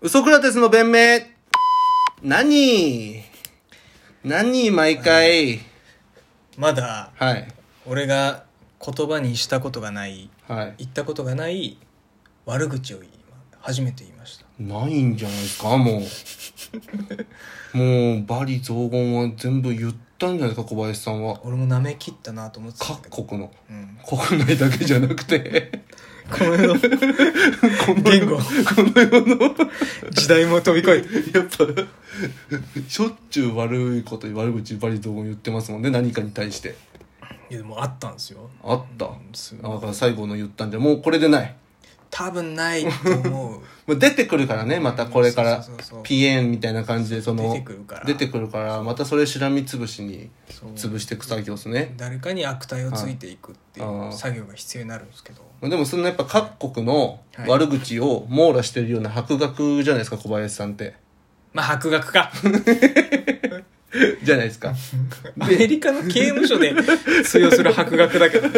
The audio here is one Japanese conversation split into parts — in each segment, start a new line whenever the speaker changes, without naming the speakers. ウソクラテスの弁明何何毎回
まだ
はい
俺が言葉にしたことがない
はい
言ったことがない悪口を言い初めて言いました
ないんじゃないですかも うもうバリ雑言は全部言ったんじゃないですか小林さんは
俺も舐め切ったなと思ってたんだけど
各国の
うん、
国内だけじゃなくて
この世の
この
言語
この世の
時代も飛び越え て
やっぱしょっちゅう悪いこと悪口バリ雑言言ってますもんね何かに対して
いやでもあったんですよ
あった
す
あだから最後の言ったんじゃもうこれでない
多分ないと思う
もう出てくるからねまたこれから
そうそうそうそう
PN みたいな感じでその
出てくるから
出てくるからまたそれしらみつぶしに
そう
潰していく作業ですね
誰かに悪態をついていくってい
あ
う
あ
作業が必要になるんですけど
でもそのやっぱ各国の
はい
悪口を網羅してるような博学じゃないですか小林さんって
まあ博学か
じゃないですか
アメリカの刑務所で通用する博学だけ ど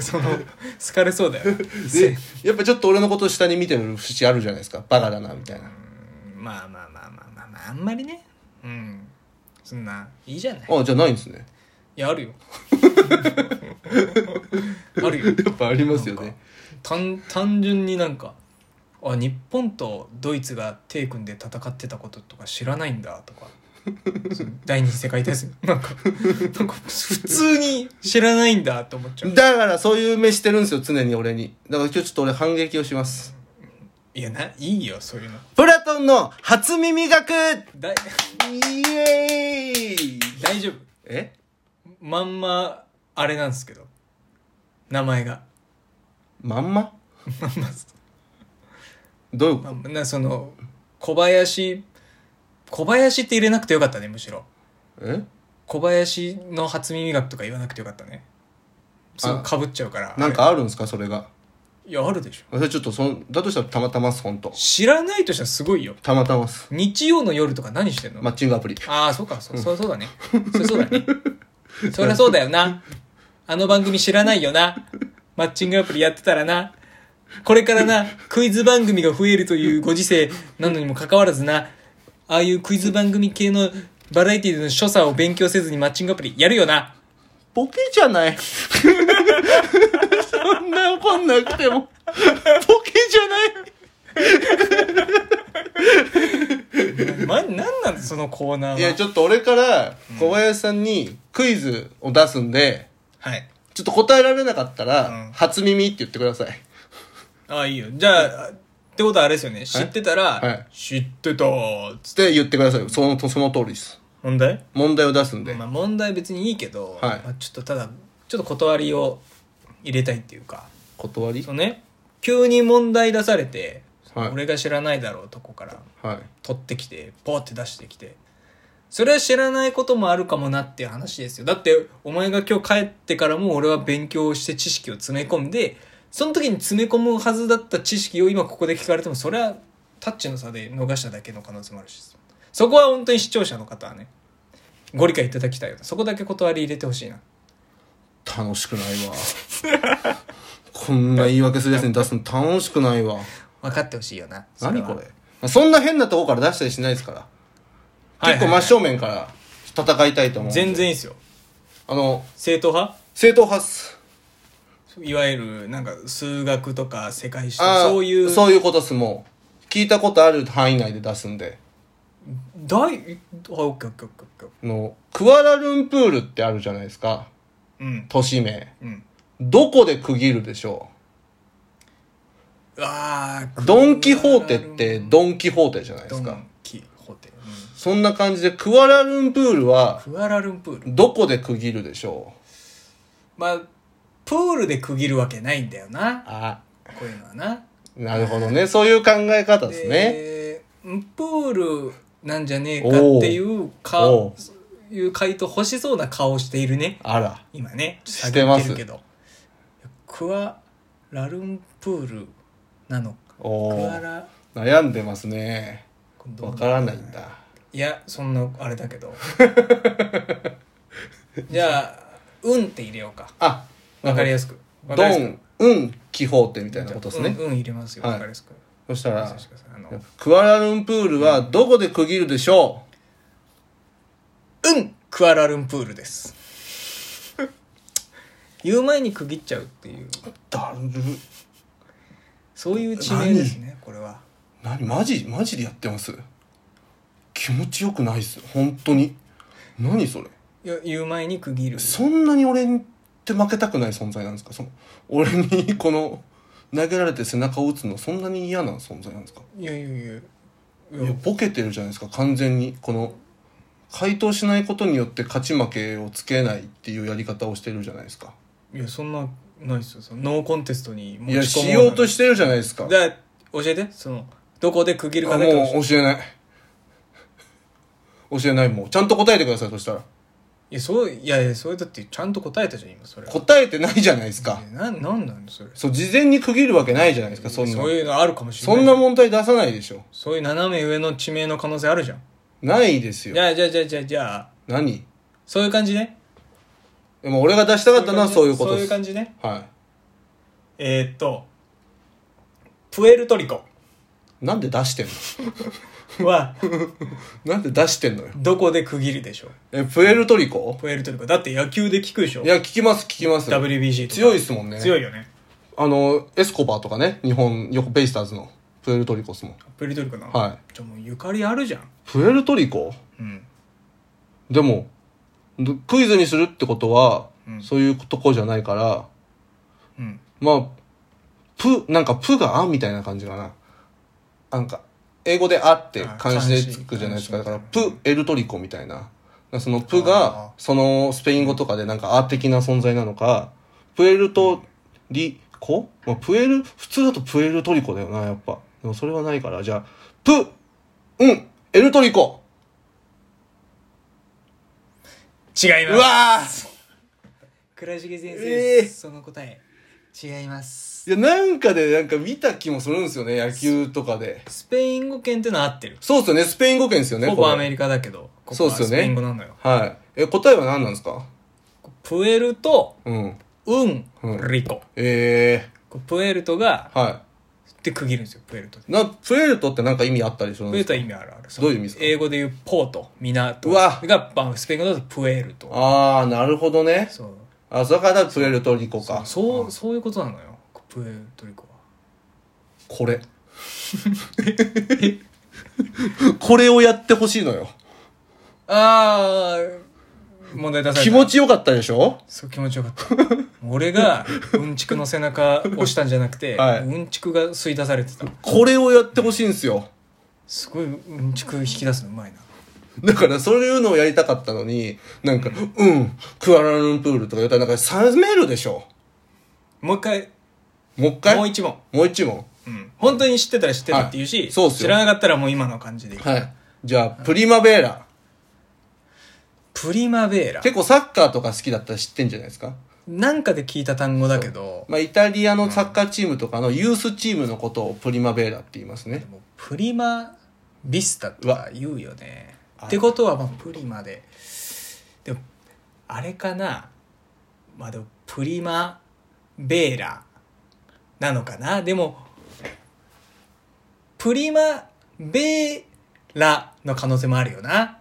その好かれそうだよ
でやっぱちょっと俺のこと下に見てる節あるじゃないですかバカだなみたいな
まあまあまあまあまあまああんまりねうんそんないいじゃないい
あじゃあないんですね
やあるよあるよ
やっぱありますよね
単単純になんかあ日本とドイツが手組んで戦ってたこととか知らないんだとかその第二次世界大戦なんかなんか普通に知らないんだと思っちゃう
だからそういう目してるんですよ常に俺にだから今日ちょっと俺反撃をします
いやないいよそういうの
プラトンの初耳学
だい
イエーイ
大丈夫
え
まんまあれなんですけど名前が
まんま
まんま
どういう
まあ、なその小林小林って入れなくてよかったねむしろ
え
小林の初耳学とか言わなくてよかったねそう
あ
かぶっちゃうから
なん
あ
かあるんですかそれが
れいやあるでしょ
それちょっとそんだとしたらたまたまっす本当
知らないとしたらすごいよ
たまたまっす
日曜の夜とか何してんの、
マッチングアプリ
ああそうかそそりゃそうだねそりゃそうだねそりゃそうだよなあの番組知らないよなマッチングアプリやってたらなこれからなクイズ番組が増えるというご時世なのにもかかわらずなああいうクイズ番組系のバラエティの所作を勉強せずにマッチングアプリやるよな
ボケじゃないそんな怒んなくてもボケじゃない
ま、なんなんだそのコーナーはい
やちょっと俺から小林さんにクイズを出すんで
はい
ちょっと答えられなかった
う
ら
ん
初耳って言ってください
ああいいよじゃああってことはあれですよね知ってたら、
はい
知ってたーっつ
って言ってくださいそのその通りです
問題
問題を出すんで
まあ、問題別にいいけど、
はい
まあ、ちょっとただちょっと断りを入れたいっていうか
断り
そのね急に問題出されて、
はい
俺が知らないだろうとこから
はい
取ってきてポーって出してきてそれは知らないこともあるかもなっていう話ですよだってお前が今日帰ってからも俺は勉強して知識を詰め込んでその時に詰め込むはずだった知識を今ここで聞かれてもそれはタッチの差で逃しただけの可能性もあるしそこは本当に視聴者の方はねご理解いただきたいよそこだけ断り入れてほしいな
楽しくないわこんな言い訳するやつに出すの楽しくないわ
分かってほしいよな そ
何
は
これ、まあそんな変なとこから出したりしないですから、
はいはい
結構真正面から戦いたいと思うんで
全然いいですよ
あの
正統派
正統派っす
いわゆるなんか数学とか世界史とか
あー
そういう
そういうことっすもう聞いたことある範囲内で出すんで
大いあオッケーオッケーオッケーオッケー
あのクアラルンプールってあるじゃないですか
うん
都市名
うん
どこで区切るでしょ
うわー
うドン・キホーテってドン・キホーテじゃないで
ド
すか
ンキホーテ、う
そんな感じでクアラルンプールは
ん、クアラルンプール
どこで区切るでしょう
まあプールで区切るわけないんだよな
あ
こういうのはな
なるほどねそういう考え方ですね、
でうんプールなんじゃねえかっていうか
おう
そういう回答欲しそうな顔をしているね
あら
今ね
してます
下げるけどクアラルンプールなのか
お
ク
お
アラ
悩んでますね
これどう
わからないんだ
いやそんなあれだ けどじゃあ「うん」って入れようか
あ
わかりやすく
ドン・ウン・キホーテみたいなことですね、
うん、うん入れますよ
はい
わかりやすく、
そしたら
失礼してくださいあの
クアラルンプールはどこで区切るでしょ
うんクアラルンプールです言う前に区切っちゃうっていう
うだる
そういう地名ですねこれは
何マジマジでやってます気持ちよくないっす本当に何それ
よ言う前に区切る
そんなに俺って負けたくない存在なんですかその俺にこの投げられて背中を打つのそんなに嫌な存在なんですか
いやいやいや
いやボケてるじゃないですか完全にこの回答しないことによって勝ち負けをつけないっていうやり方をしてるじゃないですか
いやそんなないっすよそのノーコンテストに
いやしようと
し
してるじゃないですか
だ教えてそのどこで区切る
あ
かだけ教えて
もう教えない教えないもうちゃんと答えてくださいそしたら
いやそういやいやそれだってちゃんと答えたじゃん今それ
答えてないじゃないですか
えななんなんだそれ
そう事前に区切るわけないじゃないですかそんな
そういうのあるかもしれ
そ
ない
んな問題出さないでしょ
そういう斜め上の地名の可能性あるじゃん
ないです
じ
よ
ゃあじゃあじゃあじゃあじゃあ
何
そういう感じね
でも俺が出したかったのはそういうこと
そうい
で
う
す。は
感じね
い。
えー、っとプエルトリコ
なんで出してん
は
の なんで出してんのよ。
どこで区切るでしょう
え、プエルトリコ
プエルトリコだって野球で聞くでしょ
いや、聞きます、聞きます。
WBC とか
強いっすもんね。
強
い。
いよね
あの、エスコバーとかね、日本、横ベイスターズの、プエルトリコスも。
プエルトリコな
はい
じゃあもうゆかりあるじゃん
プエルトリコ
うん
でも、どクイズにするってことは、
うん
そういうとこじゃないから、
うん
まあ、プ、なんか、プがあみたいな感じかな。なんか、英語であって
あ
漢字でつくじゃないですか。だ
漢
か
字
ら、プエルトリコみたいな。そのプが
あ、
そのスペイン語とかでなんかあ的な存在なのか、プエルトリコ、まあ、プエル、普通だとプエルトリコだよな、やっぱ。でもそれはないから、じゃあ、プ、うん、エルトリコ
違いうます
わー
倉重先生
えー
ですその答え違います
いや、なんかで、なんか見た気もするんですよね、野球とかで。
スペイン語圏ってのは合ってる
そうっすよね、スペイン語圏ですよね、
ほぼ
これ
アメリカだけどここ
そうっ
は
すよ
ス
ね
ペイン語なのよ
はい。え、答えは何なんですか
プエルト
うん。
ウン
うん
リコ
え
こうプエルトが
えは
って区切るんですよプエルトで
い。な、プエルトってなんか意味あったりするん
プエ
で
ル
すか
トは意味あるある
どういう意味ですか
英語で言うポート港
うわ
が、まあ、スペイン語だとプエルト
ああ、なるほどね。
そう
あ、それからプエルトリコか。
そ
あ
うそういうことなのよプエルトリコは
これ。 これをやってほしいのよ。
ああ問題出された
気持ちよかったでしょ
そう気持ちよかった俺がうんちくの背中押したんじゃなく て、
はい
うんちくが吸い出されてた
これをやってほしいんですよ。
すごいうんちく引き出すのうまいな
だから、そういうのをやりたかったのに、なんか、うん、クアラルンプールとか言ったら、なんか、冷めるでしょ
もう一回
もう一回
もう一問、
もう一問。
うん、本当に知ってたら知ってたって言うし、
はいそうっすよ
知らなかったらもう今の感じでいい、
はい。じゃあ、プリマベーラ。
プリマベーラ
結構サッカーとか好きだったら知ってんじゃないですか
なんかで聞いた単語だけど
まあ、イタリアのサッカーチームとかのユースチームのことをプリマベーラって言いますね
で。もプリマビスタとか言うよねってことはまあプリマででもあれかなまあでもプリマベーラなのかなでもプリマベーラの可能性もあるよな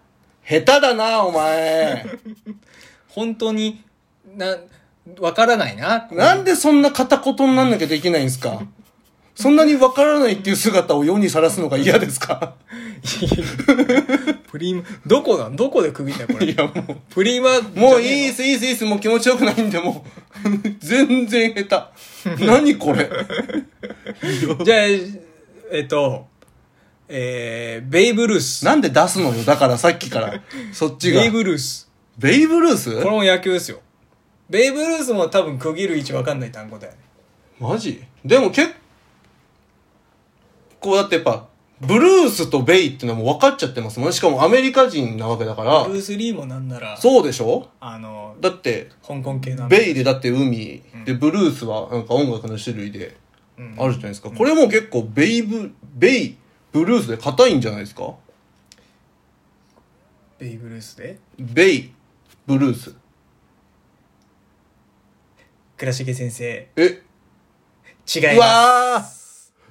下手だな、お前。
本当になわからないな
なんでそんな片言になんなきゃできないんですかそんなにわからないっていう姿を世にさらすのが嫌ですか
プリマどこなんどこで区切ったよ こ
い
れ
や、も
プリマ
う、もういい
い
っす、いいっす、いいっす、もう気持ちよくないんで、もう。全然下手。 何これ。
じゃあ、えっと、えー、ベイブルース。
なんで出すのよ、だからさっきから。そっちが。ベ
ベイ
イブ
ブルース。
ルース
これも野球ですよ。ベイブルースも多分区切る位置わかんない単語だよね。
マジでも結構だってやっぱ、ブルースとベイってのはもう分かっちゃってますもんね。しかもアメリカ人なわけだから
ブル。ース・リーもなんなら、
そうでしょ
あの、
だって、
香港系なの。
ベイでだって海、で、ブルースはなんか音楽の種類で
うん
あるじゃないですか。これも結構ベイブ、ベイ、ブルースで硬いんじゃないですか
ベイブルースで。
ベイ、ブルース。
倉重先生、
え、
違いうま
わー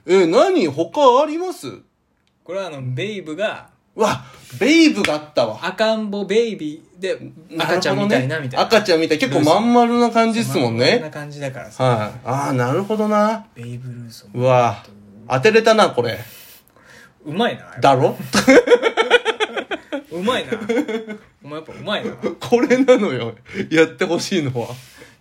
え、何他あります
これはあの、ベイブが、
うわ、ベイブがあったわ。
赤ん坊ベイビーで、赤ちゃんみたいな、
るほどね
みたいな。
赤ちゃんみたい。結構まん丸な感じですもん
まあこん
ね
な。感じだからさ、
はい。ああ、なるほどな。
ベイブルース
う
も。
わ、当てれたな、これ。
うまいな。やっぱ
だろ
うまいな。お前やっぱうまいな。
これなのよ。やってほしいのは。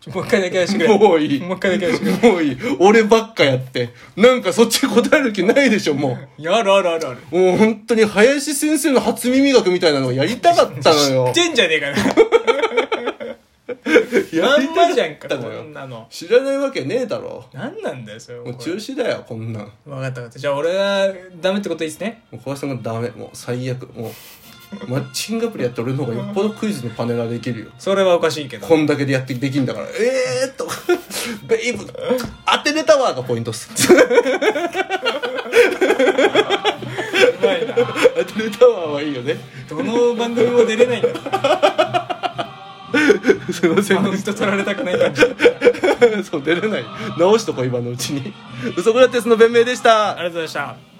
ちょもう一回だけやらしてくれ。
もういい
もう一回だけやらしてくれ。
もういい。俺ばっかやって。なんかそっち答える気ないでしょ、も
いや、あるあるあるある。
う。もう本当に林先生の初耳学みたいなのやりたかったのよ
知っ。てんじゃねえか な。
や
ま
り
んまじゃ
た
ん
か
か、
った
こ
のよ
ん。なの。
知らないわけねえだろ。
なんなんだよ、それ。
もう
これ
中止だよ、こんなん。も
わかったわかった。じゃあ俺はダメってこといいですね。
う小林さんがダメ。もう最悪。もう、マッチングアプリやって俺の方がよっぽどクイズのパネラーできるよ。
それはおかしいけど。
こんだけでやってできんだから。えーっと、 ベイブ、当てれたわがポイントっす。
うまいな。
当てれたわはいいよね。
どの番組も出れないんだ。
すいません
マウント取られたくない感じ。ありがと う
そう出れない直しとこ今のうちにウソクラテスの弁明でした
ございました。